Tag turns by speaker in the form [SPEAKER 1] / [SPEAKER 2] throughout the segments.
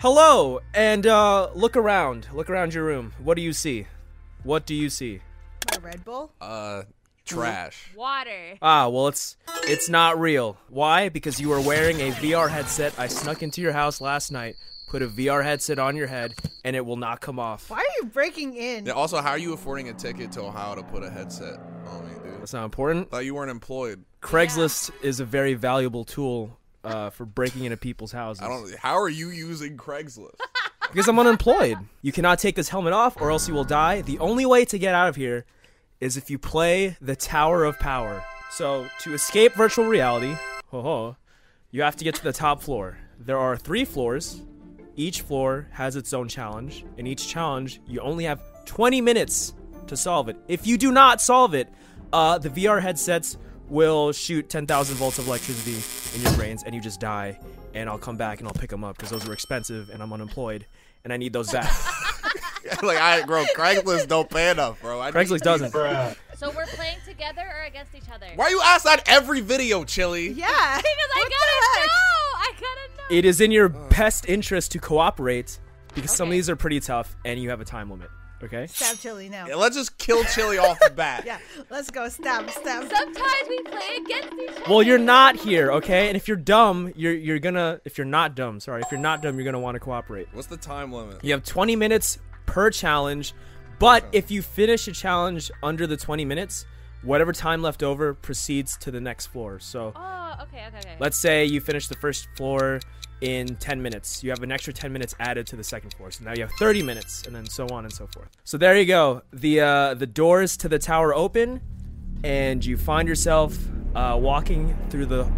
[SPEAKER 1] Hello, and uh, look around. Look around your room. What do you see? What do you see?
[SPEAKER 2] A Red Bull?
[SPEAKER 3] Uh, trash.
[SPEAKER 4] Water.
[SPEAKER 1] Ah, well, it's it's not real. Why? Because you are wearing a VR headset. I snuck into your house last night, put a VR headset on your head, and it will not come off.
[SPEAKER 2] Why are you breaking in?
[SPEAKER 3] Yeah, also, how are you affording a ticket to Ohio to put a headset on me, dude?
[SPEAKER 1] That's not important.
[SPEAKER 3] Thought you weren't employed.
[SPEAKER 1] Craigslist is a very valuable tool uh, for breaking into people's houses.
[SPEAKER 3] I don't. How are you using Craigslist?
[SPEAKER 1] Because I'm unemployed. You cannot take this helmet off, or else you will die. The only way to get out of here is if you play the Tower of Power. So, to escape virtual reality, ho ho, you have to get to the top floor. There are three floors. Each floor has its own challenge. In each challenge, you only have 20 minutes to solve it. If you do not solve it, uh, the VR headsets will shoot 10,000 volts of electricity in your brains, and you just die. And I'll come back and I'll pick them up because those were expensive, and I'm unemployed, and I need those back.
[SPEAKER 3] like, I bro, Craigslist don't pay enough, bro. I
[SPEAKER 1] Craigslist doesn't.
[SPEAKER 4] So we're playing together or against each other?
[SPEAKER 3] Why are you outside every video, Chili?
[SPEAKER 2] Yeah.
[SPEAKER 4] Because I gotta know. I gotta know.
[SPEAKER 1] It is in your best interest to cooperate because some of
[SPEAKER 4] Okay.
[SPEAKER 1] these are pretty tough and you have a time limit. Okay?
[SPEAKER 2] Stab Chili now.
[SPEAKER 3] Yeah, let's just kill Chili off the bat.
[SPEAKER 2] Yeah, let's go. Stab, stab.
[SPEAKER 4] Sometimes we play against each other.
[SPEAKER 1] Well, you're not here, okay? And if you're dumb, you're you're gonna if you're not dumb, sorry, if you're not dumb, you're gonna want to cooperate.
[SPEAKER 3] What's the time limit?
[SPEAKER 1] You have 20 minutes per challenge, but if you finish a challenge under the 20 minutes, whatever time left over proceeds to the next floor. So,
[SPEAKER 4] Oh, okay, okay, okay.
[SPEAKER 1] let's say you finish the first floor in 10 minutes. You have an extra 10 minutes added to the second floor. So now you have 30 minutes and then so on and so forth. So there you go. The uh, the doors to the tower open and you find yourself uh, walking through the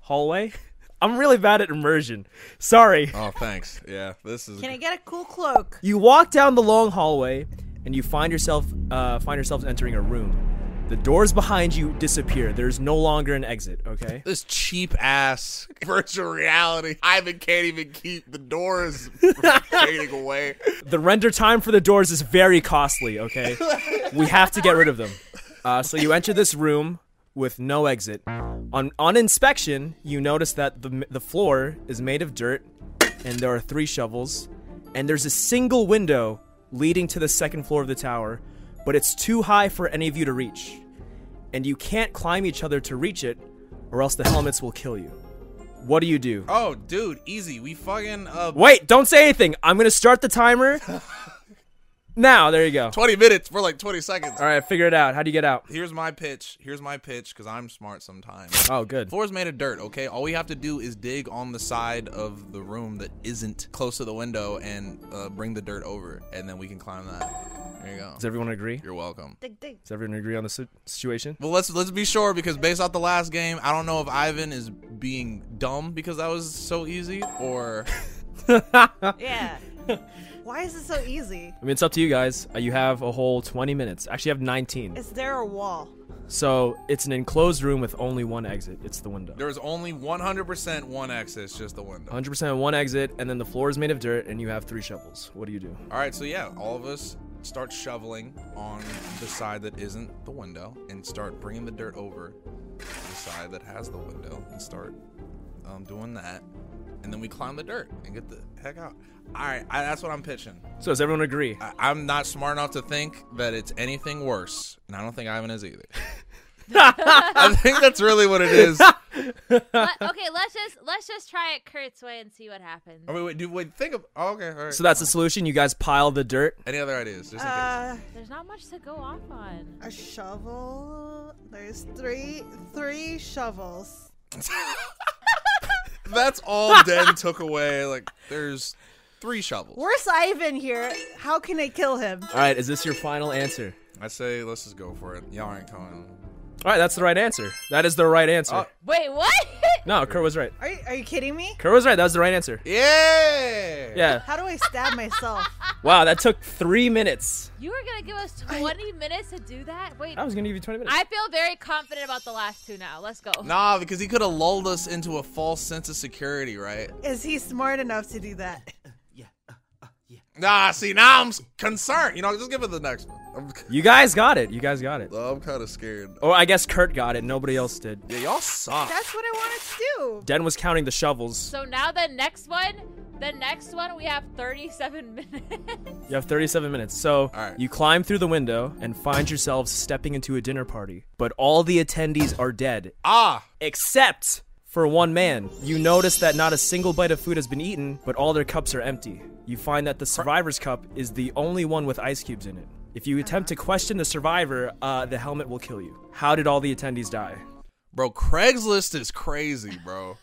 [SPEAKER 1] hallway. I'm really bad at immersion. Sorry.
[SPEAKER 3] Oh, thanks. Yeah, this is.
[SPEAKER 2] Can I get a cool cloak?
[SPEAKER 1] You walk down the long hallway, and you find yourself uh, find yourselves entering a room. The doors behind you disappear. There's no longer an exit. Okay.
[SPEAKER 3] this cheap ass virtual reality. Ivan can't even keep the doors from fading away.
[SPEAKER 1] The render time for the doors is very costly. Okay. we have to get rid of them. Uh, so you enter this room with no exit. On on inspection, you notice that the the floor is made of dirt, and there are three shovels, and there's a single window leading to the second floor of the tower, but it's too high for any of you to reach. and you can't climb each other to reach it, or else the helmets will kill you. What do you do?
[SPEAKER 3] Oh, dude, easy. We fucking uh,
[SPEAKER 1] Wait, don't say anything. I'm gonna start the timer. now, there you go. All
[SPEAKER 3] twenty minutes for like twenty seconds.
[SPEAKER 1] right, figure it out. How do you get out?
[SPEAKER 3] Here's my pitch. Here's my pitch because I'm smart sometimes.
[SPEAKER 1] Oh, good.
[SPEAKER 3] Floor's made of dirt, okay? All we have to do is dig on the side of the room that isn't close to the window and uh, bring the dirt over, and then we can climb that. There you go.
[SPEAKER 1] Does everyone agree?
[SPEAKER 3] You're welcome.
[SPEAKER 2] Dig, dig.
[SPEAKER 1] Does everyone agree on the si- situation?
[SPEAKER 3] Well, let's let's be sure because based off the last game, I don't know if Ivan is being dumb because that was so easy, or
[SPEAKER 2] Yeah. Why is it so easy?
[SPEAKER 1] I mean, it's up to you guys. Uh, You have a whole 20 minutes. Actually, you have 19.
[SPEAKER 2] Is there a wall?
[SPEAKER 1] So it's an enclosed room with only one exit. It's the window.
[SPEAKER 3] there's only 100% one exit, it's just the window.
[SPEAKER 1] 100% one exit, and then the floor is made of dirt, and you have three shovels. What do you do?
[SPEAKER 3] All right, so yeah, all of us start shoveling on the side that isn't the window and start bringing the dirt over to the side that has the window and start um, doing that. And then we climb the dirt and get the heck out. All right, I, that's what I'm pitching.
[SPEAKER 1] So does everyone agree?
[SPEAKER 3] I, I'm not smart enough to think that it's anything worse, and I don't think Ivan is either. I think that's really what it is. I
[SPEAKER 4] Let- okay, let's just let's just try it Kurt's way and see what happens.
[SPEAKER 1] Oh.
[SPEAKER 3] mean, wait, dude, wait, think of. Oh, okay, all right.
[SPEAKER 1] So that's the solution. You guys pile the dirt.
[SPEAKER 3] Any other ideas? Just in case.
[SPEAKER 2] Uh,
[SPEAKER 4] There's not much to go off on.
[SPEAKER 2] a shovel. There's three, three shovels.
[SPEAKER 3] That's all Den took away. Like, there's three shovels.
[SPEAKER 2] Worse Ivan here. How can I kill him?
[SPEAKER 1] All right, is this your final answer?
[SPEAKER 3] I say let's just go for it. Y'all ain't coming.
[SPEAKER 1] All right, that's the right answer. That is the right answer.
[SPEAKER 3] Oh.
[SPEAKER 4] Wait, what?
[SPEAKER 1] no, Kerr was right.
[SPEAKER 2] Are you, are you kidding me?
[SPEAKER 1] Kerr was right. That was the right answer.
[SPEAKER 3] Yeah.
[SPEAKER 1] Yeah.
[SPEAKER 2] How do I stab myself?
[SPEAKER 1] Wow, that took three minutes.
[SPEAKER 4] you were gonna give us 20 minutes to do that? Wait,
[SPEAKER 1] I was gonna give you twenty minutes.
[SPEAKER 4] I feel very confident about the last two now. Let's go.
[SPEAKER 3] Nah, because he could have lulled us into a false sense of security, right?
[SPEAKER 2] Is he smart enough to do that?
[SPEAKER 3] Nah, see, now I'm s- concerned. You know, just give it the next one. I'm,
[SPEAKER 1] You guys got it. You guys got it.
[SPEAKER 3] I'm kind of scared.
[SPEAKER 1] Or Oh, I guess Kurt got it. Nobody else did.
[SPEAKER 3] Yeah, y'all suck.
[SPEAKER 2] That's what I wanted to do.
[SPEAKER 1] Den was counting the shovels.
[SPEAKER 4] So now the next one, the next one we have 37 minutes.
[SPEAKER 1] You have 37 minutes. So
[SPEAKER 3] right.
[SPEAKER 1] you climb through the window and find yourselves stepping into a dinner party. But all the attendees are dead,
[SPEAKER 3] ah,
[SPEAKER 1] except for one man. You notice that not a single bite of food has been eaten, but all their cups are empty. You find that the survivor's cup is the only one with ice cubes in it. If you attempt to question the survivor, uh, the helmet will kill you. How did all the attendees die?
[SPEAKER 3] bro, Craigslist is crazy, bro.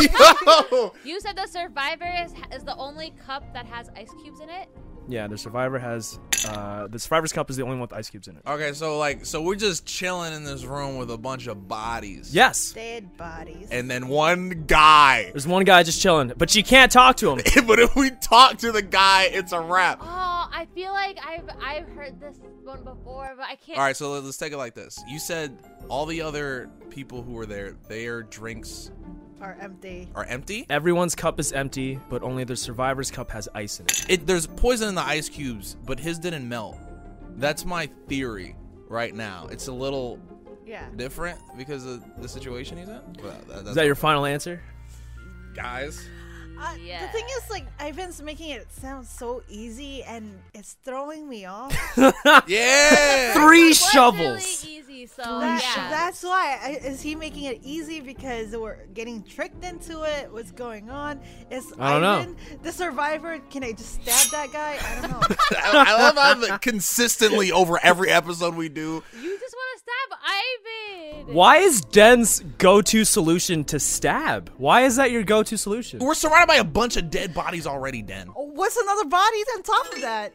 [SPEAKER 3] Yo,
[SPEAKER 4] you said the survivor is, is the only cup that has ice cubes in it.
[SPEAKER 1] Yeah, the survivor has uh, the survivor's cup is the only one with ice cubes in it.
[SPEAKER 3] Okay, so like, so we're just chilling in this room with a bunch of bodies.
[SPEAKER 1] Yes,
[SPEAKER 2] Dead bodies.
[SPEAKER 3] And then one guy.
[SPEAKER 1] there's one guy just chilling, but you can't talk to him.
[SPEAKER 3] but if we talk to the guy, it's a wrap.
[SPEAKER 4] Oh, I feel like I've I've heard this one before, but I can't.
[SPEAKER 3] All right, so let's take it like this. You said all the other people who were there, their drinks
[SPEAKER 2] are empty.
[SPEAKER 3] are empty.
[SPEAKER 1] Everyone's cup is empty, but only the survivor's cup has ice in it.
[SPEAKER 3] It, there's poison in the ice cubes, but his didn't melt. That's my theory right now. It's a little
[SPEAKER 2] Yeah.
[SPEAKER 3] different because of the situation he's in. Well, that- that's
[SPEAKER 1] Is that your final answer?
[SPEAKER 3] guys?
[SPEAKER 2] Uh,
[SPEAKER 4] Yeah.
[SPEAKER 2] The thing is, like, Ivan's making it sound so easy, and it's throwing me off.
[SPEAKER 3] Yeah.
[SPEAKER 1] Three
[SPEAKER 4] It was
[SPEAKER 1] shovels.
[SPEAKER 4] Really easy, so
[SPEAKER 2] That-
[SPEAKER 4] yeah.
[SPEAKER 2] That's why. I, is he making it easy because we're getting tricked into it? What's going on? Is
[SPEAKER 1] I don't know.
[SPEAKER 2] Ivan the survivor? Can I just stab that guy? I don't know.
[SPEAKER 3] I, I love how the- consistently over every episode we do.
[SPEAKER 4] you just want to stab Ivan.
[SPEAKER 1] Why is Den's go-to solution to stab? Why is that your go-to solution?
[SPEAKER 3] We're surrounded by a bunch of dead bodies already, Den.
[SPEAKER 2] Oh, What's another body on top of that?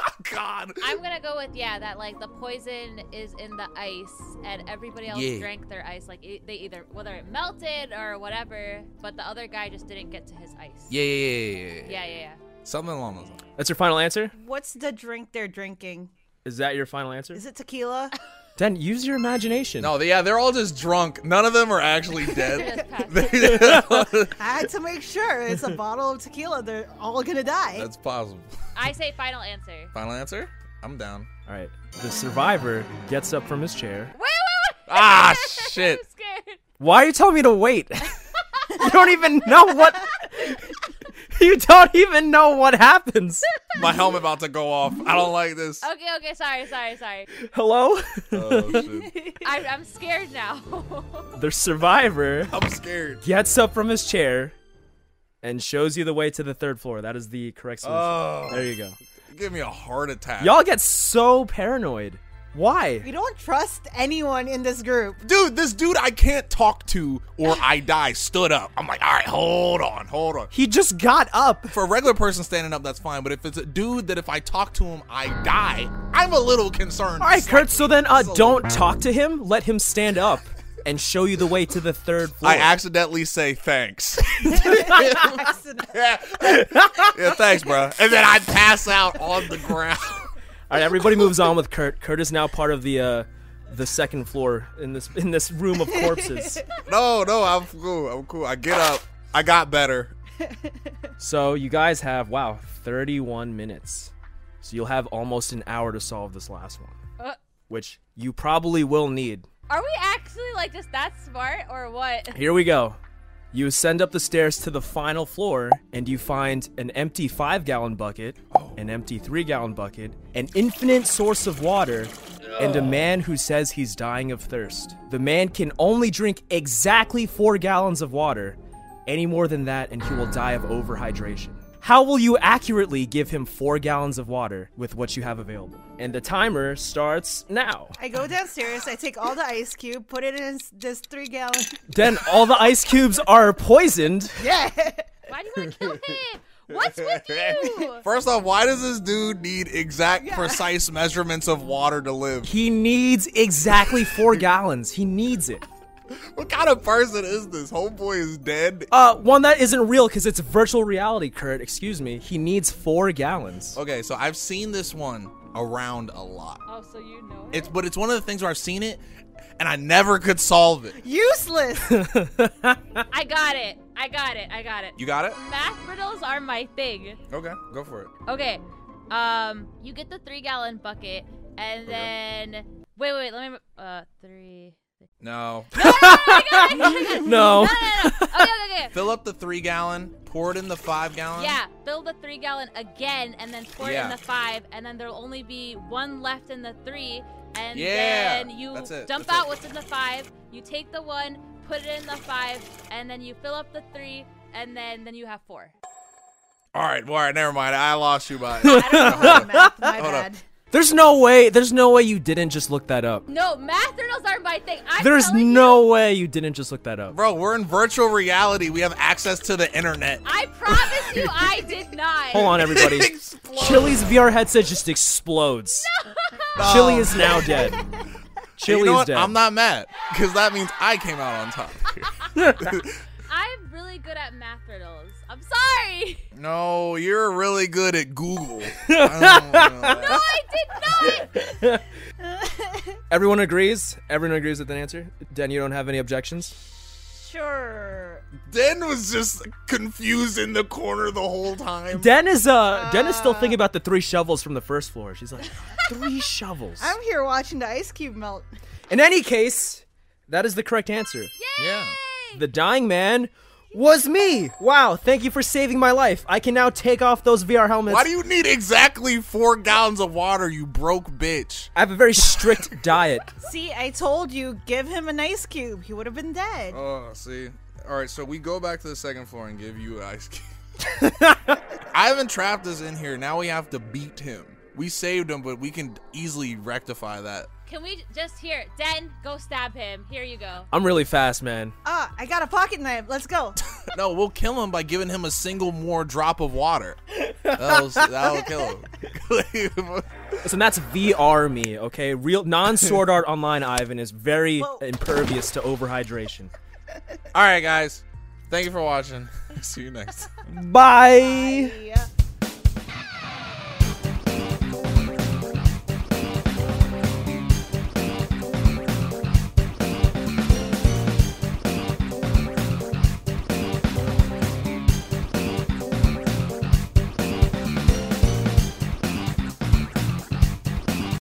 [SPEAKER 3] Oh, God.
[SPEAKER 4] I'm gonna go with yeah that like the poison is in the ice and everybody else
[SPEAKER 3] Yeah.
[SPEAKER 4] drank their ice like e- they either whether it melted or whatever but the other guy just didn't get to his ice.
[SPEAKER 3] Yeah, yeah, yeah, yeah,
[SPEAKER 4] yeah, yeah. yeah.
[SPEAKER 3] Something along those lines.
[SPEAKER 1] That's your final answer?
[SPEAKER 2] What's the drink they're drinking?
[SPEAKER 1] Is that your final answer?
[SPEAKER 2] Is it tequila?
[SPEAKER 1] Den, use your imagination.
[SPEAKER 3] No, yeah, they're all just drunk. None of them are actually dead.
[SPEAKER 4] Just pass.
[SPEAKER 2] I had to make sure it's a bottle of tequila. They're all gonna die.
[SPEAKER 3] That's possible.
[SPEAKER 4] I say final answer.
[SPEAKER 3] Final answer? I'm down.
[SPEAKER 1] All right. The survivor gets up from his chair.
[SPEAKER 4] Wait, wait, wait.
[SPEAKER 3] Ah,
[SPEAKER 4] I'm
[SPEAKER 3] shit.
[SPEAKER 4] scared.
[SPEAKER 1] Why are you telling me to wait? you don't even know what You don't even know what happens.
[SPEAKER 3] My helmet about to go off. I don't like this.
[SPEAKER 4] Okay, okay, sorry, sorry, sorry.
[SPEAKER 1] Hello?
[SPEAKER 3] Oh, shit.
[SPEAKER 4] I, I'm scared now.
[SPEAKER 1] the survivor
[SPEAKER 3] I'm scared.
[SPEAKER 1] gets up from his chair and shows you the way to the third floor. That is the correct solution.
[SPEAKER 3] Oh,
[SPEAKER 1] there you go.
[SPEAKER 3] give me a heart attack.
[SPEAKER 1] Y'all get so paranoid. Why?
[SPEAKER 2] we don't trust anyone in this group.
[SPEAKER 3] dude, this dude I can't talk to or I die stood up. I'm like, all right, hold on, hold on.
[SPEAKER 1] He just got up.
[SPEAKER 3] For a regular person standing up, that's fine. But if it's a dude that if I talk to him, I die, I'm a little concerned.
[SPEAKER 1] All right, Kurt. So then, uh, don't talk to him. Let him stand up and show you the way to the third floor.
[SPEAKER 3] I accidentally say thanks.
[SPEAKER 2] Accident-
[SPEAKER 3] yeah, thanks, bro. And then I pass out on the ground.
[SPEAKER 1] All right, everybody moves on with Kurt. Kurt is now part of the uh, the second floor in this in this room of corpses.
[SPEAKER 3] No, no, I'm cool. I'm cool. I get up. I got better.
[SPEAKER 1] so you guys have wow, 31 minutes. So you'll have almost an hour to solve this last one,
[SPEAKER 4] Uh,
[SPEAKER 1] which you probably will need.
[SPEAKER 4] Are we actually like just that smart or what?
[SPEAKER 1] Here we go. You ascend up the stairs to the final floor, and you find an empty five gallon bucket, an empty three gallon bucket, an infinite source of water, and a man who says he's dying of thirst. The man can only drink exactly four gallons of water. Any more than that, and he will die of overhydration. How will you accurately give him four gallons of water with what you have available? And the timer starts now.
[SPEAKER 2] I go downstairs. I take all the ice cube, put it in this three gallon.
[SPEAKER 1] Then all the ice cubes are poisoned.
[SPEAKER 2] Yeah.
[SPEAKER 4] Why do you want to kill him? What's with you?
[SPEAKER 3] First off, why does this dude need exact, precise measurements of water to live?
[SPEAKER 1] He needs exactly four gallons. He needs it.
[SPEAKER 3] What kind of person is this? Homeboy is dead.
[SPEAKER 1] Uh, one that isn't real because it's virtual reality, Kurt. Excuse me. He needs four gallons.
[SPEAKER 3] Okay, so I've seen this one around a lot.
[SPEAKER 4] Oh, so you know.
[SPEAKER 3] It's but it's one of the things where I've seen it and I never could solve it.
[SPEAKER 2] Useless.
[SPEAKER 4] I got it. I got it. I got it.
[SPEAKER 3] You got it?
[SPEAKER 4] Math riddles are my thing.
[SPEAKER 3] Okay, go for it.
[SPEAKER 4] Okay. Um, you get the three gallon bucket And
[SPEAKER 3] Okay.
[SPEAKER 4] then wait, wait, let me uh three.
[SPEAKER 3] No.
[SPEAKER 4] No,
[SPEAKER 1] No.
[SPEAKER 4] no, no. Okay, okay, okay.
[SPEAKER 3] Fill up the three gallon, pour it in the five gallon.
[SPEAKER 4] Yeah, fill the three gallon again, and then pour
[SPEAKER 3] Yeah.
[SPEAKER 4] it in the five, and then there'll only be one left in the three, and
[SPEAKER 3] Yeah,
[SPEAKER 4] then you
[SPEAKER 3] that's it,
[SPEAKER 4] dump
[SPEAKER 3] that's
[SPEAKER 4] out
[SPEAKER 3] it.
[SPEAKER 4] what's in the five. You take the one, put it in the five, and then you fill up the three, and then then you have four.
[SPEAKER 3] All right, well, all right, never mind. I lost you by.
[SPEAKER 2] I don't know how to math. My
[SPEAKER 3] Hold up.
[SPEAKER 2] bad.
[SPEAKER 1] There's no way. There's no way you didn't just look that up.
[SPEAKER 4] No, math riddles aren't my thing. I'm
[SPEAKER 1] There's
[SPEAKER 4] telling
[SPEAKER 1] no
[SPEAKER 4] You,
[SPEAKER 1] way you didn't just look that up.
[SPEAKER 3] Bro, we're in virtual reality. We have access to the internet.
[SPEAKER 4] I promise you, I did not.
[SPEAKER 1] Hold on, everybody.
[SPEAKER 3] Explode.
[SPEAKER 1] Chili's VR headset just explodes.
[SPEAKER 3] Oh,
[SPEAKER 1] Chili is now dead.
[SPEAKER 3] hey,
[SPEAKER 1] Chili
[SPEAKER 3] you know
[SPEAKER 1] is
[SPEAKER 3] what?
[SPEAKER 1] dead.
[SPEAKER 3] I'm not mad because that means I came out on top.
[SPEAKER 4] I'm really good at math riddles. I'm sorry.
[SPEAKER 3] no, you're really good at Google. I don't know.
[SPEAKER 4] No, I did not.
[SPEAKER 1] Everyone agrees. Everyone agrees with an answer. Dan, you don't have any objections.
[SPEAKER 2] Sure.
[SPEAKER 3] Den was just confused in the corner the whole time.
[SPEAKER 1] Dan is uh, Dan is still thinking about the three shovels from the first floor. She's like, three shovels.
[SPEAKER 2] I'm here watching the ice cube melt.
[SPEAKER 1] In any case, that is the correct answer.
[SPEAKER 3] yeah.
[SPEAKER 1] The dying man was me. Wow, thank you for saving my life. I can now take off those VR helmets.
[SPEAKER 3] Why do you need exactly four gallons of water, you broke bitch?
[SPEAKER 1] I have a very strict diet.
[SPEAKER 2] See, I told you, give him an ice cube. He would have been dead.
[SPEAKER 3] Oh, see. All right, so we go back to the second floor and give you ice cube. Ivan trapped us in here. Now we have to beat him. We saved him, but we can easily rectify that.
[SPEAKER 4] Can we just here, Den? Go stab him. Here you go.
[SPEAKER 1] I'm really fast, man.
[SPEAKER 2] Ah, I got a pocket knife. Let's go.
[SPEAKER 3] No, we'll kill him by giving him a single more drop of water. That'll, that'll kill him.
[SPEAKER 1] Listen, that's VR me, okay? Real non sword art online Ivan is very
[SPEAKER 2] Well-
[SPEAKER 1] impervious to overhydration.
[SPEAKER 3] All right, guys. Thank you for watching. See you next.
[SPEAKER 1] Bye.
[SPEAKER 2] Bye.